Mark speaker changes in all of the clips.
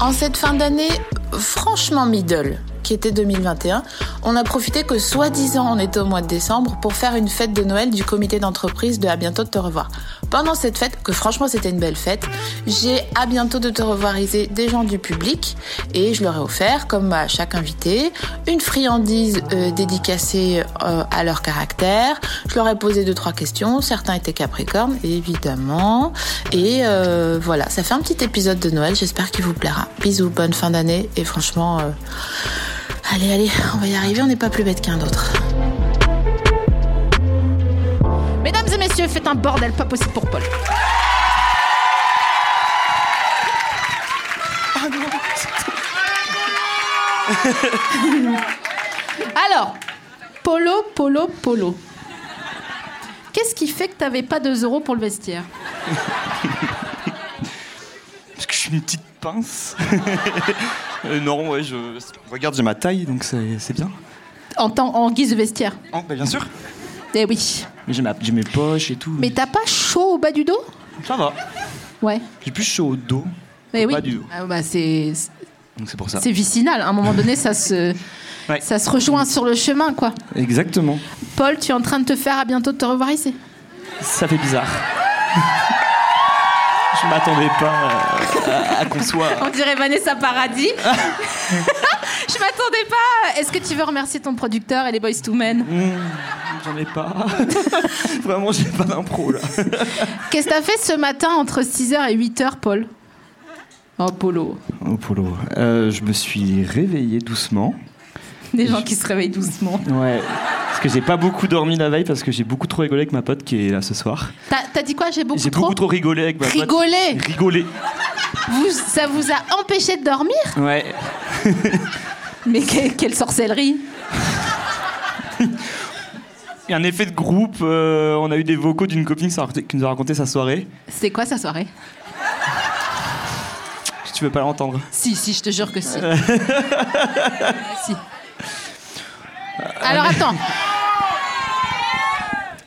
Speaker 1: En cette fin d'année, franchement middle, qui était 2021, on a profité que soi-disant on était au mois de décembre pour faire une fête de Noël du comité d'entreprise de À bientôt de te revoir. Pendant cette fête, que franchement c'était une belle fête, j'ai à bientôt de te revoirisé des gens du public et je leur ai offert, comme à chaque invité, une friandise euh, dédicacée euh, à leur caractère. Je leur ai posé deux trois questions, certains étaient capricornes évidemment et euh, voilà, ça fait un petit épisode de Noël, j'espère qu'il vous plaira. Bisous, bonne fin d'année et franchement euh, allez allez, on va y arriver, on n'est pas plus bête qu'un autre. Mesdames et messieurs, faites un bordel pas possible pour Paul. Alors, Polo, Polo, Polo. Qu'est-ce qui fait que t'avais pas 2 euros pour le vestiaire
Speaker 2: Parce que je suis une petite pince. Euh, non, ouais, je. Regarde, j'ai ma taille, donc c'est c'est bien.
Speaker 1: en, temps- en guise de vestiaire
Speaker 2: Oh, bah, bien sûr.
Speaker 1: Eh oui.
Speaker 2: Mais j'ai ma- j'ai mes poches et tout.
Speaker 1: Mais t'as pas chaud au bas du dos
Speaker 2: Ça va.
Speaker 1: Ouais.
Speaker 2: J'ai plus chaud au dos.
Speaker 1: Mais
Speaker 2: au
Speaker 1: oui.
Speaker 2: bas du dos.
Speaker 1: Ah, bah, c'est
Speaker 2: Donc c'est pour ça.
Speaker 1: c'est vicinal. À un moment donné, ça se
Speaker 2: Ouais.
Speaker 1: ça se rejoint sur le chemin, quoi.
Speaker 2: Exactement.
Speaker 1: Paul, tu es en train de te faire à bientôt de te revoir ici.
Speaker 2: Ça fait bizarre. je m'attendais pas euh, à, à qu'on soit.
Speaker 1: On dirait Vanessa Paradis.
Speaker 2: Ah.
Speaker 1: Je m'attendais pas. Est-ce que tu veux remercier ton producteur et les Boys to Men
Speaker 2: J'en ai pas. Vraiment, j'ai pas d'impro là.
Speaker 1: Qu'est-ce que t'as fait ce matin entre 6h et 8h, Paul Oh, Polo.
Speaker 2: Oh, Polo. Euh, je me suis réveillé doucement.
Speaker 1: Des gens qui se réveillent doucement.
Speaker 2: Ouais. Parce que j'ai pas beaucoup dormi la veille parce que j'ai beaucoup trop rigolé avec ma pote qui est là ce soir.
Speaker 1: T'as t'as dit quoi J'ai beaucoup
Speaker 2: J'ai
Speaker 1: trop.
Speaker 2: beaucoup trop Bah, rigolé avec ma pote.
Speaker 1: Rigolé
Speaker 2: Rigolé.
Speaker 1: Vous- Ça vous a empêché de dormir
Speaker 2: Ouais.
Speaker 1: Mais que- quelle sorcellerie
Speaker 2: Il y a un effet de groupe. euh, on a eu des vocaux d'une copine qui nous a raconté- qui nous a raconté sa soirée.
Speaker 1: C'était quoi sa soirée
Speaker 2: Si tu veux pas l'entendre.
Speaker 1: Si, si, je te jure que si. Si. Alors attends.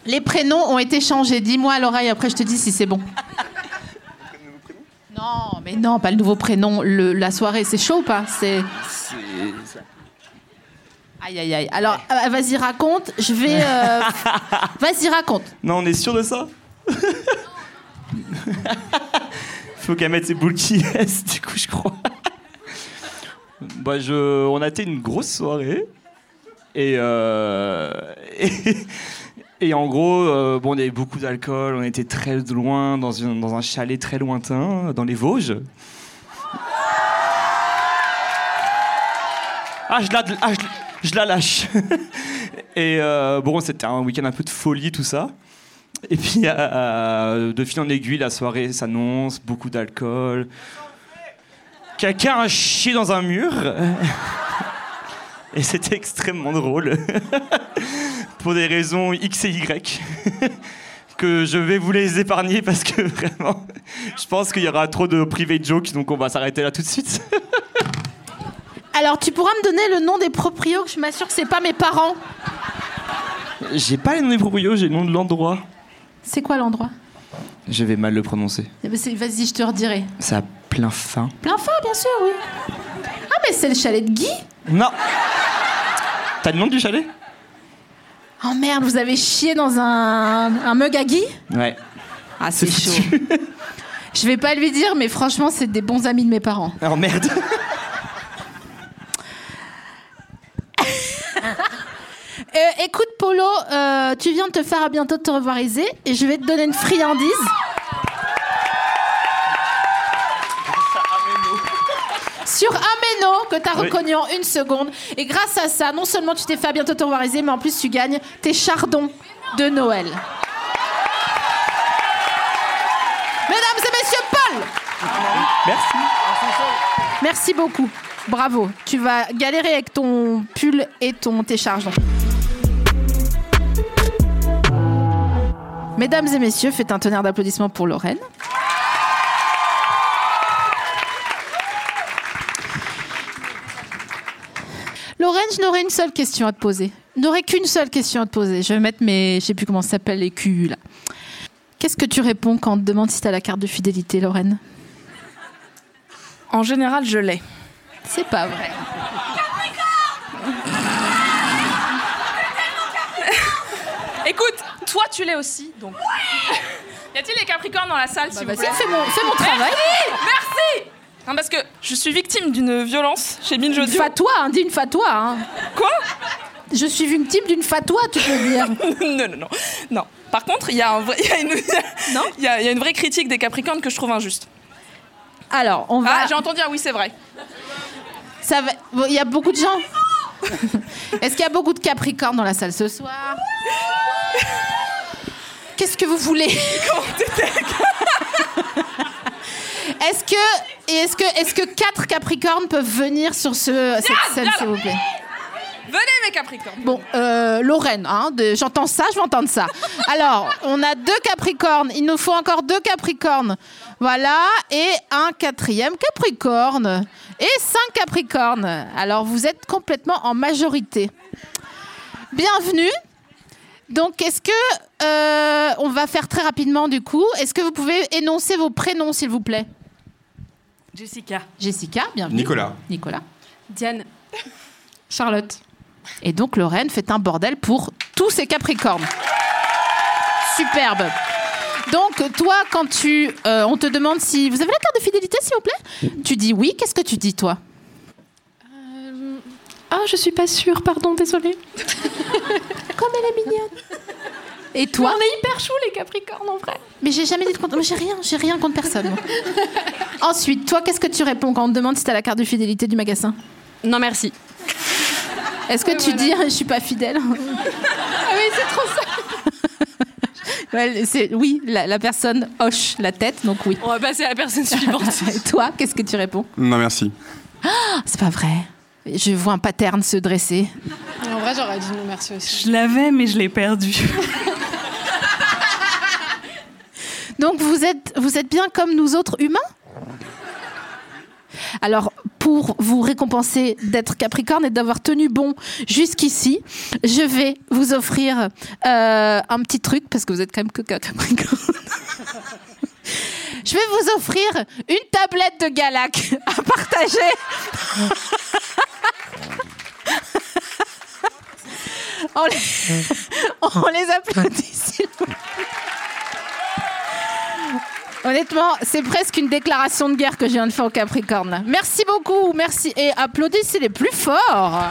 Speaker 1: Les prénoms ont été changés. Dis-moi à l'oreille, après je te dis si c'est bon. Non, mais non, pas le nouveau prénom. Le- la soirée, c'est chaud ou pas C'est. Aïe, aïe, aïe. Alors, euh, vas-y, raconte. Je vais. euh, Vas-y, raconte.
Speaker 2: Non, on est sûr de ça Faut qu'elle mette ses boules qui est, du coup, je crois. bah, je... On a été une grosse soirée. Et, euh, et, et en gros, euh, bon, il y avait beaucoup d'alcool. On était très loin, dans, une- dans un chalet très lointain, dans les Vosges. Ah, je la, ah, je, la- je la lâche. et euh, bon, c'était un week-end un peu de folie, tout ça. Et puis, euh, de fil en aiguille, la soirée s'annonce, beaucoup d'alcool. Quelqu'un a chié dans un mur. Et c'était extrêmement drôle. Pour des raisons X et Y. Que je vais vous les épargner parce que vraiment, je pense qu'il y aura trop de private jokes, donc on va s'arrêter là tout de suite.
Speaker 1: Alors, tu pourras me donner le nom des proprios que je m'assure que c'est pas mes parents
Speaker 2: J'ai pas le nom des proprios, j'ai le nom de l'endroit.
Speaker 3: C'est quoi l'endroit
Speaker 2: Je vais mal le prononcer.
Speaker 3: Eh ben, c'est- Vas-y, je te redirai.
Speaker 2: Ça a plein fin.
Speaker 3: Plein fin, bien sûr, oui. Ah, mais c'est le chalet de Guy
Speaker 2: Non T'as le nom du chalet
Speaker 3: Oh merde, vous avez chié dans un, un mug à Guy
Speaker 2: Ouais.
Speaker 3: Ah, c'est chaud. Je vais pas lui dire, mais franchement, c'est des bons amis de mes parents.
Speaker 2: Alors merde
Speaker 3: Euh, écoute, Polo, euh, tu viens de te faire à bientôt de te revoiriser et je vais te donner une friandise. Sur Ameno, que t'as
Speaker 2: Oui.
Speaker 3: reconnu en une seconde. Et grâce à ça, non seulement tu t'es fait à bientôt de te revoiriser, mais en plus tu gagnes tes chardons de Noël. Mesdames et messieurs, Paul
Speaker 2: Merci
Speaker 3: Merci beaucoup. Bravo. Tu vas galérer avec ton pull et ton tes charges. Mesdames et messieurs, faites un tonnerre d'applaudissements pour Lorraine. Lorraine, je n'aurais une seule question à te poser. Je N'aurais qu'une seule question à te poser. Je vais mettre mes, je sais plus comment ça s'appelle, les QU là. Qu'est-ce que tu réponds quand on te demande si tu as la carte de fidélité, Lorraine
Speaker 4: En général, je l'ai.
Speaker 3: C'est pas vrai.
Speaker 4: Écoute, toi, tu l'es aussi, donc. y a-t-il des Capricornes dans la salle,
Speaker 5: Bah,
Speaker 4: s'il vous
Speaker 3: Vas-y,
Speaker 4: plaît
Speaker 3: fais mon, fais mon travail.
Speaker 4: Merci Non, parce que je suis victime d'une violence chez Binge
Speaker 3: Une
Speaker 4: Audio.
Speaker 3: fatwa, hein, dis une fatwa. hein.
Speaker 4: Quoi
Speaker 3: Je suis victime d'une fatwa, tu peux dire.
Speaker 4: Non, non, non. Non. Par contre, il y a un vrai- il y a une... il y a- il y a une vraie critique des Capricornes que je trouve injuste.
Speaker 3: Alors, on va.
Speaker 4: Ah, j'ai entendu, ah oui, c'est vrai.
Speaker 3: ça va- bon, Il y a beaucoup de gens. Est-ce qu'il y a beaucoup de Capricornes dans la salle ce soir Qu'est-ce que vous voulez Est-ce que, et est-ce que, est-ce que quatre Capricornes peuvent venir sur ce, cette scène,
Speaker 4: viens là.
Speaker 3: s'il vous plaît
Speaker 4: Venez, mes Capricornes
Speaker 3: Bon, euh, Lorraine, hein, de- j'entends ça, je vais entendre ça. Alors, on a deux Capricornes. Il nous faut encore deux Capricornes. Voilà, et un quatrième Capricorne. Et cinq Capricornes. Alors, vous êtes complètement en majorité. Bienvenue. Donc, est-ce que... euh, on va faire très rapidement, du coup. Est-ce que vous pouvez énoncer vos prénoms, s'il vous plaît
Speaker 5: Jessica.
Speaker 3: Jessica, bienvenue.
Speaker 6: Nicolas.
Speaker 3: Nicolas.
Speaker 5: Diane. Charlotte.
Speaker 3: Et donc Lorraine fait un bordel pour tous ces Capricornes. Superbe. Donc toi, quand tu, euh, on te demande si vous avez la carte de fidélité, s'il vous plaît, tu dis oui. Qu'est-ce que tu dis toi
Speaker 5: Ah, je suis pas sûre, pardon, désolée.
Speaker 3: Comme elle est mignonne. Et toi
Speaker 5: on est hyper chou les Capricornes en vrai.
Speaker 3: Mais j'ai jamais dit de contre. Moi, J'ai rien, j'ai rien contre personne. moi. Ensuite, toi, qu'est-ce que tu réponds quand on te demande si t'as la carte de fidélité du magasin
Speaker 5: Non merci.
Speaker 3: Est-ce que tu dis je suis pas fidèle
Speaker 5: Ah oui, c'est trop ça.
Speaker 3: Ouais, c'est- Oui, la, la personne hoche la tête, donc oui.
Speaker 5: On va passer à la personne suivante.
Speaker 3: Et toi, qu'est-ce que tu réponds Ah,
Speaker 6: Non, merci.
Speaker 3: C'est pas vrai. Je vois un pattern se dresser.
Speaker 5: Ah, en vrai, j'aurais dit non merci aussi.
Speaker 7: Je l'avais, mais je l'ai perdu.
Speaker 3: Donc vous êtes, vous êtes bien comme nous autres humains alors, pour vous récompenser d'être Capricorne et d'avoir tenu bon jusqu'ici, je vais vous offrir euh, un petit truc, parce que vous êtes quand même que Capricorne. je vais vous offrir une tablette de Galac à partager. on, les... on les applaudit, s'il vous plaît. Honnêtement, c'est presque une déclaration de guerre que je viens de faire au Capricorne. là. Merci beaucoup, merci. Et applaudissez les plus forts.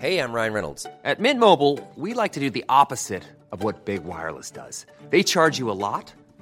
Speaker 8: Hey, I'm Ryan Reynolds. At Mint Mobile, we like to do the opposite of what Big Wireless does. They charge you a lot,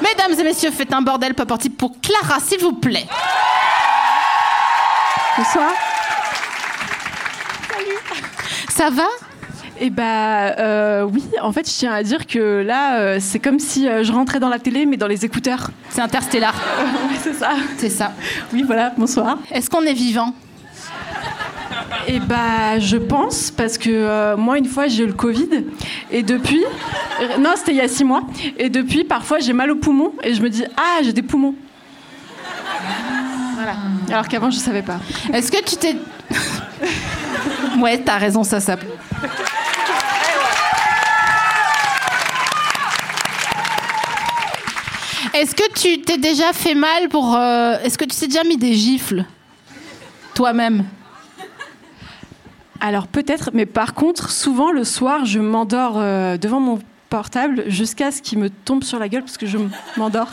Speaker 3: Mais Mesdames et messieurs, faites un bordel pas parti pour Clara, s'il vous plaît.
Speaker 6: Bonsoir.
Speaker 3: Ça va
Speaker 6: Et bah euh, oui, en fait, je tiens à dire que là, euh, c'est comme si euh, je rentrais dans la télé, mais dans les écouteurs.
Speaker 3: C'est Interstellar.
Speaker 6: Oui, c'est ça.
Speaker 3: C'est ça.
Speaker 6: Oui, voilà, bonsoir.
Speaker 3: Est-ce qu'on est vivant
Speaker 6: Et bah je pense, parce que euh, moi, une fois, j'ai eu le Covid, et depuis... euh, Non, c'était il y a six mois. Et depuis, parfois, j'ai mal aux poumons, et je me dis, ah, j'ai des poumons. Voilà. Alors qu'avant, je savais pas.
Speaker 3: Est-ce que tu t'es. ouais, t'as raison, ça s'appelle. Est-ce que tu t'es déjà fait mal pour. euh, Est-ce que tu t'es déjà mis des gifles Toi-même
Speaker 6: Alors peut-être, mais par contre, souvent le soir, je m'endors euh, devant mon portable jusqu'à ce qu'il me tombe sur la gueule parce que je m- m'endors.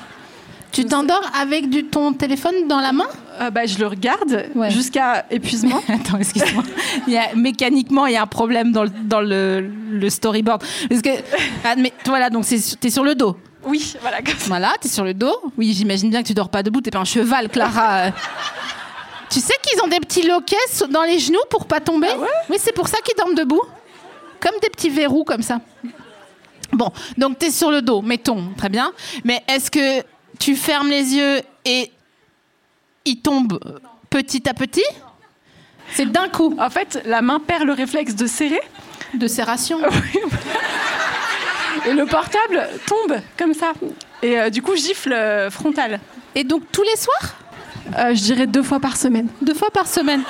Speaker 3: Tu t'endors avec du, ton téléphone dans la main
Speaker 6: Ah bah, je le regarde
Speaker 3: Ouais.
Speaker 6: jusqu'à épuisement.
Speaker 3: Attends, excuse-moi. Il y a- mécaniquement, il y a un problème dans le, dans le, le storyboard. Parce que. Ah, mais voilà, donc c'est sur- t'es sur le dos.
Speaker 6: Oui, voilà. comme ça.
Speaker 3: Voilà, t'es sur le dos. Oui, j'imagine bien que tu dors pas debout, t'es pas un cheval, Clara. Euh, tu sais qu'ils ont des petits loquets sous- dans les genoux pour pas tomber Oui, c'est pour ça qu'ils dorment debout. Comme des petits verrous comme ça. Bon, donc t'es sur le dos, mettons, très bien. Mais est-ce que tu fermes les yeux et ils tombent euh, petit à petit C'est d'un coup
Speaker 6: En fait, la main perd le réflexe de serrer
Speaker 3: de serration.
Speaker 6: et le portable tombe comme ça. Et euh, du coup, gifle euh, frontal.
Speaker 3: Et donc tous les soirs
Speaker 6: Euh, je dirais deux fois par semaine.
Speaker 3: Deux fois par semaine.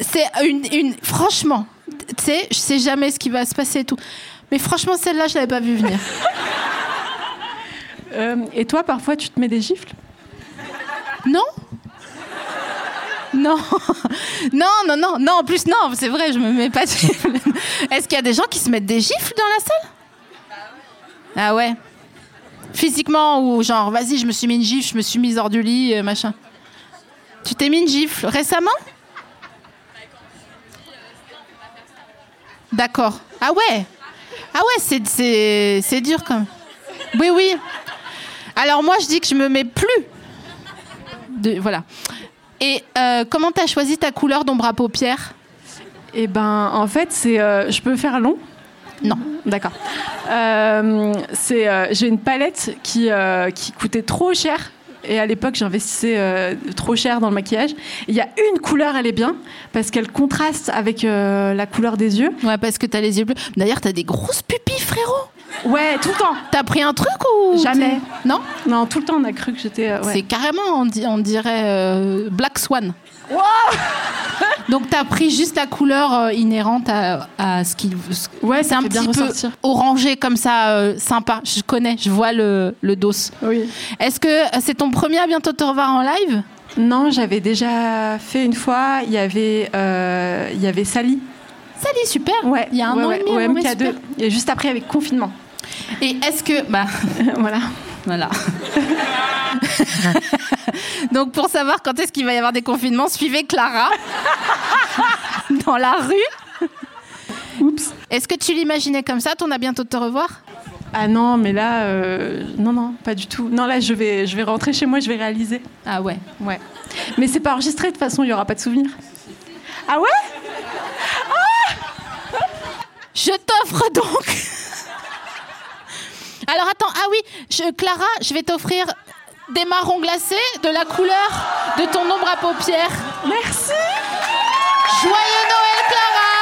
Speaker 3: C'est une, une- Franchement, tu sais, je sais jamais ce qui va se passer et tout. Mais franchement, celle-là, je l'avais pas vue venir.
Speaker 6: Euh, et toi, parfois, tu te mets des gifles
Speaker 3: Non Non Non, non, non, non, en plus, non, c'est vrai, je me mets pas de gifles. Est-ce qu'il y a des gens qui se mettent des gifles dans la salle Ah ouais Physiquement ou genre, vas-y, je me suis mis une gifle, je me suis mise hors du lit, euh, machin. Tu t'es mis une gifle récemment D'accord. Ah ouais Ah ouais, c'est- c'est c'est dur quand même. Oui, oui. Alors moi, je dis que je me mets plus de- voilà. Et euh, comment t'as choisi ta couleur d'ombre à paupières
Speaker 6: Et ben, en fait, c'est, euh, je peux faire long
Speaker 3: Non.
Speaker 6: D'accord. Euh, c'est, euh, j'ai une palette qui, euh, qui coûtait trop cher. Et à l'époque, j'investissais euh, trop cher dans le maquillage. Il y a une couleur, elle est bien, parce qu'elle contraste avec euh, la couleur des yeux.
Speaker 3: Ouais, parce que t'as les yeux bleus. D'ailleurs, t'as des grosses pupilles, frérot.
Speaker 6: Ouais, tout le temps.
Speaker 3: T'as pris un truc ou
Speaker 6: Jamais.
Speaker 3: t'es- Non
Speaker 6: Non, tout le temps, on a cru que j'étais. euh, ouais.
Speaker 3: C'est carrément, on, di- on dirait euh, Black Swan. Donc t'as pris juste la couleur euh, inhérente à, à ce qui. ce-
Speaker 6: Ouais,
Speaker 3: c'est
Speaker 6: ça
Speaker 3: un
Speaker 6: fait
Speaker 3: petit
Speaker 6: bien
Speaker 3: peu
Speaker 6: ressortir.
Speaker 3: orangé comme ça, euh, sympa. Je connais, je vois le, le dos.
Speaker 6: Oui.
Speaker 3: Est-ce que euh, c'est ton premier à bientôt te revoir en live
Speaker 6: Non, j'avais déjà fait une fois. Il y avait, euh, il y avait Sally.
Speaker 3: Salut, super.
Speaker 6: Ouais.
Speaker 3: Il y a un
Speaker 6: ouais,
Speaker 3: an
Speaker 6: ouais,
Speaker 3: et demi.
Speaker 6: au
Speaker 3: ouais, ouais,
Speaker 6: MK2. Et juste après, avec confinement.
Speaker 3: super. Et est-ce que bah.
Speaker 6: voilà.
Speaker 3: Voilà. Donc pour savoir quand est-ce qu'il va y avoir des confinements, suivez Clara dans la rue.
Speaker 6: Oups.
Speaker 3: Est-ce que tu l'imaginais comme ça T'on a bientôt de te revoir
Speaker 6: Ah non, mais là, euh, non, non, pas du tout. Non, là, je vais, je vais rentrer chez moi, je vais réaliser.
Speaker 3: Ah ouais.
Speaker 6: Ouais. Mais c'est pas enregistré, de toute façon, il n'y aura pas de souvenir. Ah ouais
Speaker 3: Je t'offre donc. Alors attends, ah oui, je- Clara, je vais t'offrir des marrons glacés de la couleur de ton ombre à paupières.
Speaker 6: Merci
Speaker 3: Joyeux Noël, Clara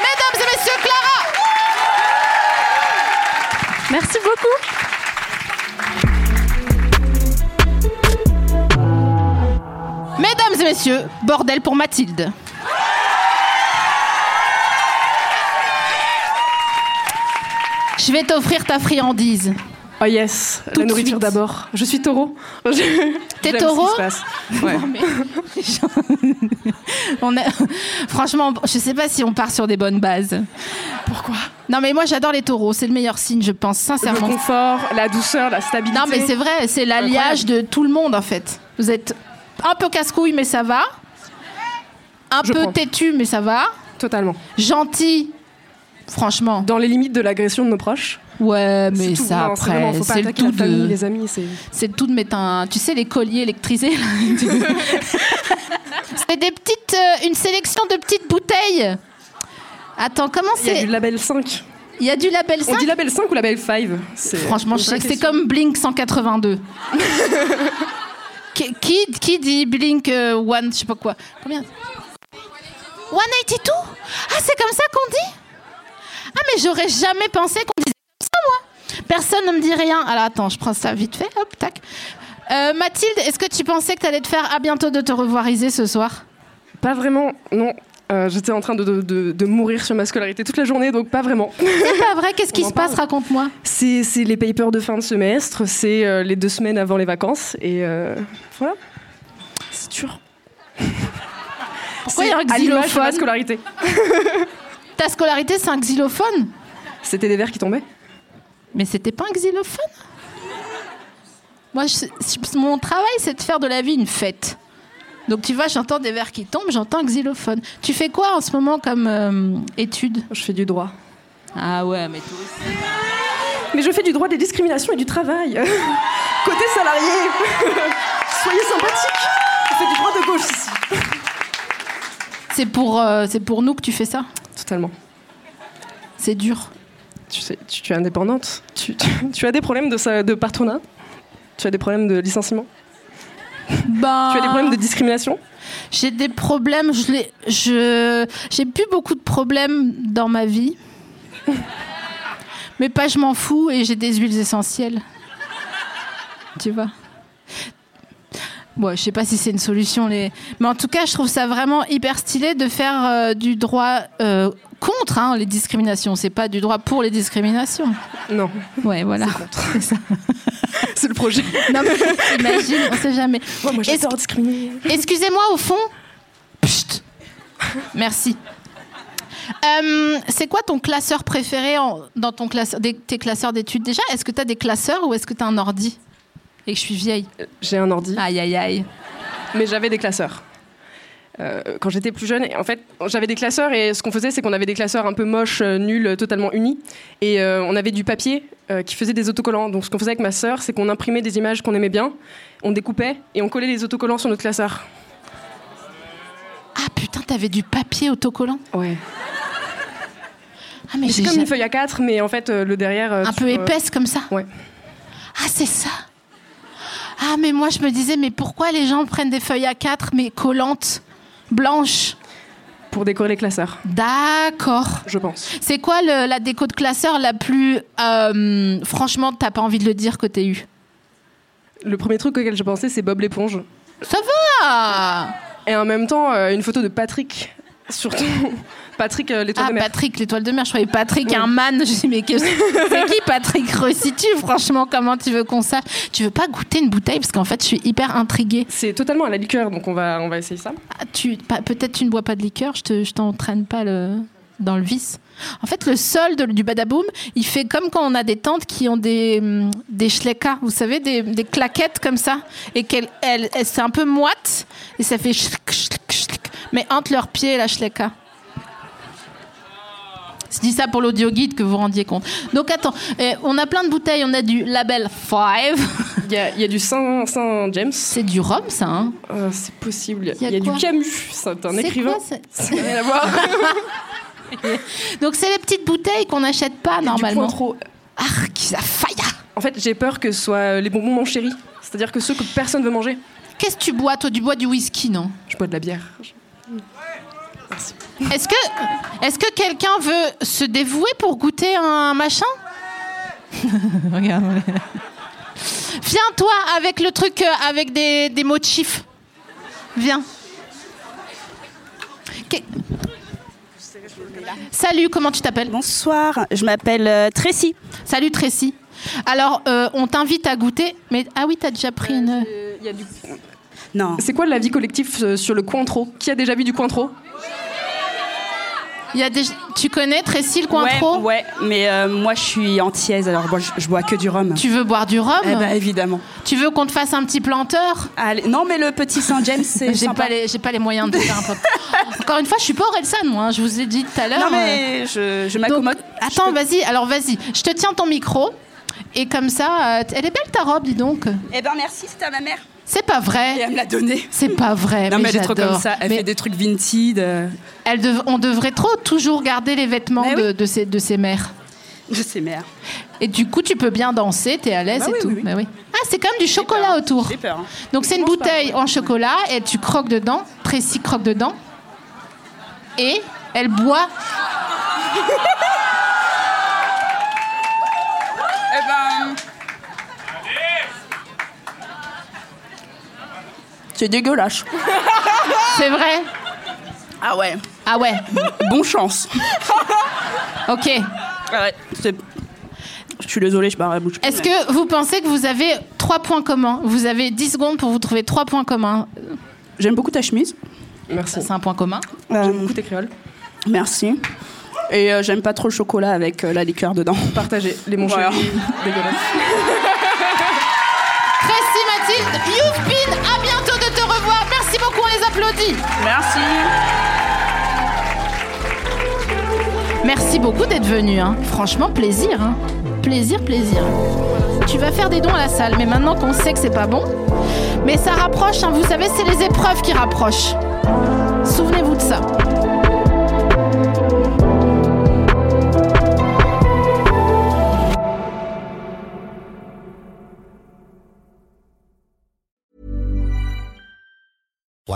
Speaker 3: Mesdames et messieurs, Clara
Speaker 6: Merci beaucoup
Speaker 3: Mesdames et messieurs, bordel pour Mathilde. Je vais t'offrir ta friandise.
Speaker 7: Oh yes,
Speaker 3: Tout de
Speaker 7: la nourriture
Speaker 3: suite.
Speaker 7: d'abord. Je suis taureau. Je-
Speaker 3: T'es
Speaker 7: j'aime
Speaker 3: taureau
Speaker 7: ce qui se passe. Ouais.
Speaker 3: On a- Franchement, je sais pas si on part sur des bonnes bases.
Speaker 7: Pourquoi
Speaker 3: Non mais moi j'adore les taureaux, c'est le meilleur signe, je pense
Speaker 7: Le
Speaker 3: sincèrement.
Speaker 7: confort, la douceur, la stabilité.
Speaker 3: Non mais c'est vrai, c'est l'alliage de tout le monde en fait. Vous êtes un peu casse-couille mais ça va. Un
Speaker 7: Je
Speaker 3: peu
Speaker 7: prends.
Speaker 3: têtu mais ça va.
Speaker 7: Totalement.
Speaker 3: Gentil, franchement.
Speaker 7: Dans les limites de l'agression de nos proches.
Speaker 3: Ouais,
Speaker 7: C'est
Speaker 3: mais
Speaker 7: tout.
Speaker 3: ça
Speaker 7: Non, c'est
Speaker 3: après,
Speaker 7: vraiment, faut pas
Speaker 3: hein, c'est le
Speaker 7: attaquer
Speaker 3: tout
Speaker 7: la famille,
Speaker 3: de.
Speaker 7: les amis, c'est-
Speaker 3: C'est le tout de mettre un. Tu sais, les colliers électrisés. là. c'est des petites. euh, une sélection de petites bouteilles. Attends, comment c'est
Speaker 7: Il y a du label 5.
Speaker 3: Il y a du label 5
Speaker 7: On dit label 5 ou label 5 C'est-
Speaker 3: Franchement, je sais
Speaker 7: Vraie
Speaker 3: que c'est
Speaker 7: question.
Speaker 3: comme Blink 182. qui, qui- qui dit Blink euh, One, je sais pas quoi Combien 182 Ah, c'est comme ça qu'on dit Ah, mais j'aurais jamais pensé qu'on disait comme ça, moi Personne ne me dit rien. Alors attends, je prends ça vite fait, hop, tac. Euh, Mathilde, est-ce que tu pensais que t'allais te faire à bientôt de te revoiriser ce soir
Speaker 7: Pas vraiment, non. Euh, J'étais en train de, de- de- de mourir sur ma scolarité toute la journée, donc pas vraiment.
Speaker 3: C'est pas vrai, qu'est-ce qui se passe Raconte-moi.
Speaker 7: C'est c'est les papers de fin de semestre, c'est euh, les deux semaines avant les vacances, et euh, voilà. C'est dur.
Speaker 3: Pourquoi il y a un
Speaker 7: C'est à l'image de ma
Speaker 3: xylophone
Speaker 7: scolarité.
Speaker 3: Ta scolarité, c'est un xylophone
Speaker 7: C'était des verres qui tombaient
Speaker 3: Mais c'était pas un xylophone Moi, je- je- mon travail, c'est de faire de la vie une fête. Donc tu vois, j'entends des verres qui tombent, j'entends un xylophone. Tu fais quoi en ce moment comme euh, étude
Speaker 7: Je fais du droit.
Speaker 3: Ah ouais, mais toi aussi.
Speaker 7: Mais je fais du droit des discriminations et du travail. Côté salarié. Soyez sympathiques. Je fais du droit de gauche ici.
Speaker 3: C'est pour, euh, c'est pour nous que tu fais ça
Speaker 7: Totalement.
Speaker 3: C'est dur.
Speaker 7: Tu, sais, tu, tu es indépendante. Tu, tu- tu as des problèmes de, sa- de patronat. Tu as des problèmes de licenciement.
Speaker 3: Bah...
Speaker 7: Tu as des problèmes de discrimination.
Speaker 3: J'ai des problèmes, je l'ai- je j'ai plus beaucoup de problèmes dans ma vie. Mais pas je m'en fous et j'ai des huiles essentielles. Tu vois. Ouais, je sais pas si c'est une solution les mais en tout cas, je trouve ça vraiment hyper stylé de faire euh, du droit euh, contre hein, les discriminations, c'est pas du droit pour les discriminations.
Speaker 7: Non.
Speaker 3: Ouais, voilà. C'est ça.
Speaker 7: C'est le projet.
Speaker 3: Non, mais imagine, on sait jamais.
Speaker 7: Ouais, moi,
Speaker 3: Est-ce-
Speaker 7: j'adore discriminer.
Speaker 3: Excusez-moi, au fond. Psst. Merci. Euh, c'est quoi ton classeur préféré en- dans ton classeur, des- tes classeurs d'études déjà Est-ce que tu as des classeurs ou est-ce que tu as un ordi Et que je suis vieille.
Speaker 7: J'ai un ordi.
Speaker 6: Ah.
Speaker 3: Aïe, aïe, aïe.
Speaker 7: Mais j'avais des classeurs. Euh, quand j'étais plus jeune, et en fait, j'avais des classeurs et ce qu'on faisait, c'est qu'on avait des classeurs un peu moches, euh, nuls, euh, totalement unis. Et euh, on avait du papier euh, qui faisait des autocollants. Donc ce qu'on faisait avec ma sœur, c'est qu'on imprimait des images qu'on aimait bien, on découpait et on collait les autocollants sur notre classeur.
Speaker 3: Ah putain, t'avais du papier autocollant
Speaker 7: Ouais.
Speaker 3: Ah, mais
Speaker 7: C'est
Speaker 3: j'ai
Speaker 7: comme une
Speaker 3: jamais-
Speaker 7: feuille à 4 mais en fait, euh, le derrière. euh,
Speaker 3: un peu
Speaker 7: tu- euh,
Speaker 3: épaisse comme ça
Speaker 7: Ouais.
Speaker 3: Ah, c'est ça Ah, mais moi, je me disais, mais pourquoi les gens prennent des feuilles A4 mais collantes, blanches
Speaker 7: Pour décorer les classeurs,
Speaker 3: D'accord.
Speaker 7: je pense.
Speaker 3: C'est quoi le- la déco de classeur la plus. euh, franchement, t'as pas envie de le dire que t'es eu
Speaker 7: Le premier truc auquel j'ai pensé, c'est Bob l'éponge.
Speaker 3: Ça va
Speaker 7: Et en même temps, euh, une photo de Patrick, surtout. Patrick, euh, l'étoile
Speaker 3: Ah,
Speaker 7: de mer.
Speaker 3: Patrick, l'étoile de mer, je croyais Patrick, un man. Je dis, mais qu'est-ce- c'est qui Patrick Resitue Franchement, comment tu veux qu'on sache Tu veux pas goûter une bouteille Parce qu'en fait, je suis hyper intriguée.
Speaker 7: C'est totalement à la liqueur, donc on va, on va essayer ça.
Speaker 3: Ah, tu, pas- Peut-être tu ne bois pas de liqueur, je te- je t'entraîne pas le, dans le vice. En fait, le sol de- du badaboom, il fait comme quand on a des tantes qui ont des, hum, des schleckas, vous savez, des, des claquettes comme ça, et qu'elles elles, elles- c'est un peu moite, et ça fait schlick, schlick, schlick, mais entre leurs pieds et la schlecka. Je dis ça pour l'audio guide que vous vous rendiez compte. Donc attends, euh, on a plein de bouteilles, on a du label 5,
Speaker 7: Il y a, il y a du Saint, Saint James.
Speaker 3: c'est du rhum ça, hein
Speaker 7: Euh, c'est possible. Il y a,
Speaker 3: Il y a
Speaker 7: du
Speaker 3: quoi
Speaker 7: Camus. C'est un
Speaker 3: C'est
Speaker 7: écrivain.
Speaker 3: quoi, c'est-
Speaker 7: Ça n'a rien à voir.
Speaker 3: Donc c'est les petites bouteilles qu'on n'achète pas normalement.
Speaker 7: Du Cointreau.
Speaker 3: Ah, qui ça faille ah.
Speaker 7: En fait, j'ai peur que ce soit euh, les bonbons mon chéri. C'est-à-dire que ceux que personne veut manger.
Speaker 3: Qu'est-ce que tu bois, toi Tu bois du whisky, non
Speaker 7: Je bois de la bière. Je- Merci.
Speaker 3: Est-ce que, est que quelqu'un veut se dévouer pour goûter un machin Regarde. Viens, toi, avec le truc, euh, avec des, des mots de chiffres. Viens. Que- Salut, comment tu t'appelles
Speaker 9: Bonsoir, je m'appelle euh, Tracy.
Speaker 3: Salut Tracy. Alors, euh, on t'invite à goûter, mais ah oui, t'as déjà pris une.
Speaker 7: Il y a du-
Speaker 9: Non.
Speaker 7: C'est quoi la vie collective euh, sur le Cointreau Qui a déjà bu du Cointreau
Speaker 3: Il y a des... Tu connais Tracy le Cointreau
Speaker 7: Eh, Ouais, mais euh, moi je suis antillaise, alors moi, je, je bois que du rhum.
Speaker 3: Tu veux boire du rhum
Speaker 7: Eh ben évidemment.
Speaker 3: Tu veux qu'on te fasse un petit planteur
Speaker 7: Allez, Non, mais le petit Saint-James, c'est
Speaker 3: J'ai
Speaker 7: sympa.
Speaker 3: pas, les, j'ai pas les moyens de faire un planteur. Encore une fois, je suis pas Orelsan, moi. hein, Je vous ai dit tout à l'heure. euh,
Speaker 7: Non, mais je, je m'accommode.
Speaker 3: Attends, vas-y, alors vas-y. Je te tiens ton micro. Et comme ça, euh, t- elle est belle ta robe, dis donc.
Speaker 7: Eh ben merci, c'était à ma mère.
Speaker 3: C'est pas vrai.
Speaker 7: Et elle me l'a donné.
Speaker 3: C'est pas vrai.
Speaker 7: Non, mais elle est trop
Speaker 3: j'adore.
Speaker 7: comme ça. Elle
Speaker 3: Mais
Speaker 7: fait des trucs vintage. euh,
Speaker 3: elle dev- on devrait trop toujours garder les vêtements de, de ses, de ses mères.
Speaker 7: de ses mères.
Speaker 3: Et du coup, tu peux bien danser, t'es à l'aise
Speaker 7: Bah
Speaker 3: et
Speaker 7: oui,
Speaker 3: tout.
Speaker 7: oui, oui.
Speaker 3: Bah oui. Ah, c'est comme du chocolat autour.
Speaker 7: J'ai peur. hein.
Speaker 3: Donc c'est une
Speaker 7: Franchement,
Speaker 3: bouteille en chocolat et tu croques dedans, Tracy croque dedans et elle boit.
Speaker 7: Eh ben. C'est dégueulasse.
Speaker 3: C'est vrai
Speaker 7: Ah ouais.
Speaker 3: Ah ouais.
Speaker 7: Bon chance.
Speaker 3: Ok.
Speaker 7: ouais. c'est- Je suis désolée, je barre la bouche.
Speaker 3: Est-ce que vous pensez que vous avez trois points communs Vous avez 10 secondes pour vous trouver trois points communs.
Speaker 7: J'aime beaucoup ta chemise.
Speaker 10: Merci.
Speaker 3: C'est un point commun.
Speaker 7: Euh,
Speaker 10: Écoutez, créole.
Speaker 7: merci. Et euh, j'aime pas trop le chocolat avec euh, la liqueur dedans.
Speaker 10: Partagez les bons
Speaker 7: Voilà.
Speaker 10: dégueulasses.
Speaker 3: Tracy Mathilde, you've been, à bientôt de te revoir. Merci beaucoup, on les applaudit.
Speaker 7: Merci.
Speaker 3: Merci beaucoup d'être venu. hein. Franchement, plaisir. hein. Plaisir, plaisir. Tu vas faire des dons à la salle, mais maintenant qu'on sait que c'est pas bon, mais ça rapproche. hein. Vous savez, c'est les épreuves qui rapprochent. Souvenez-vous de ça.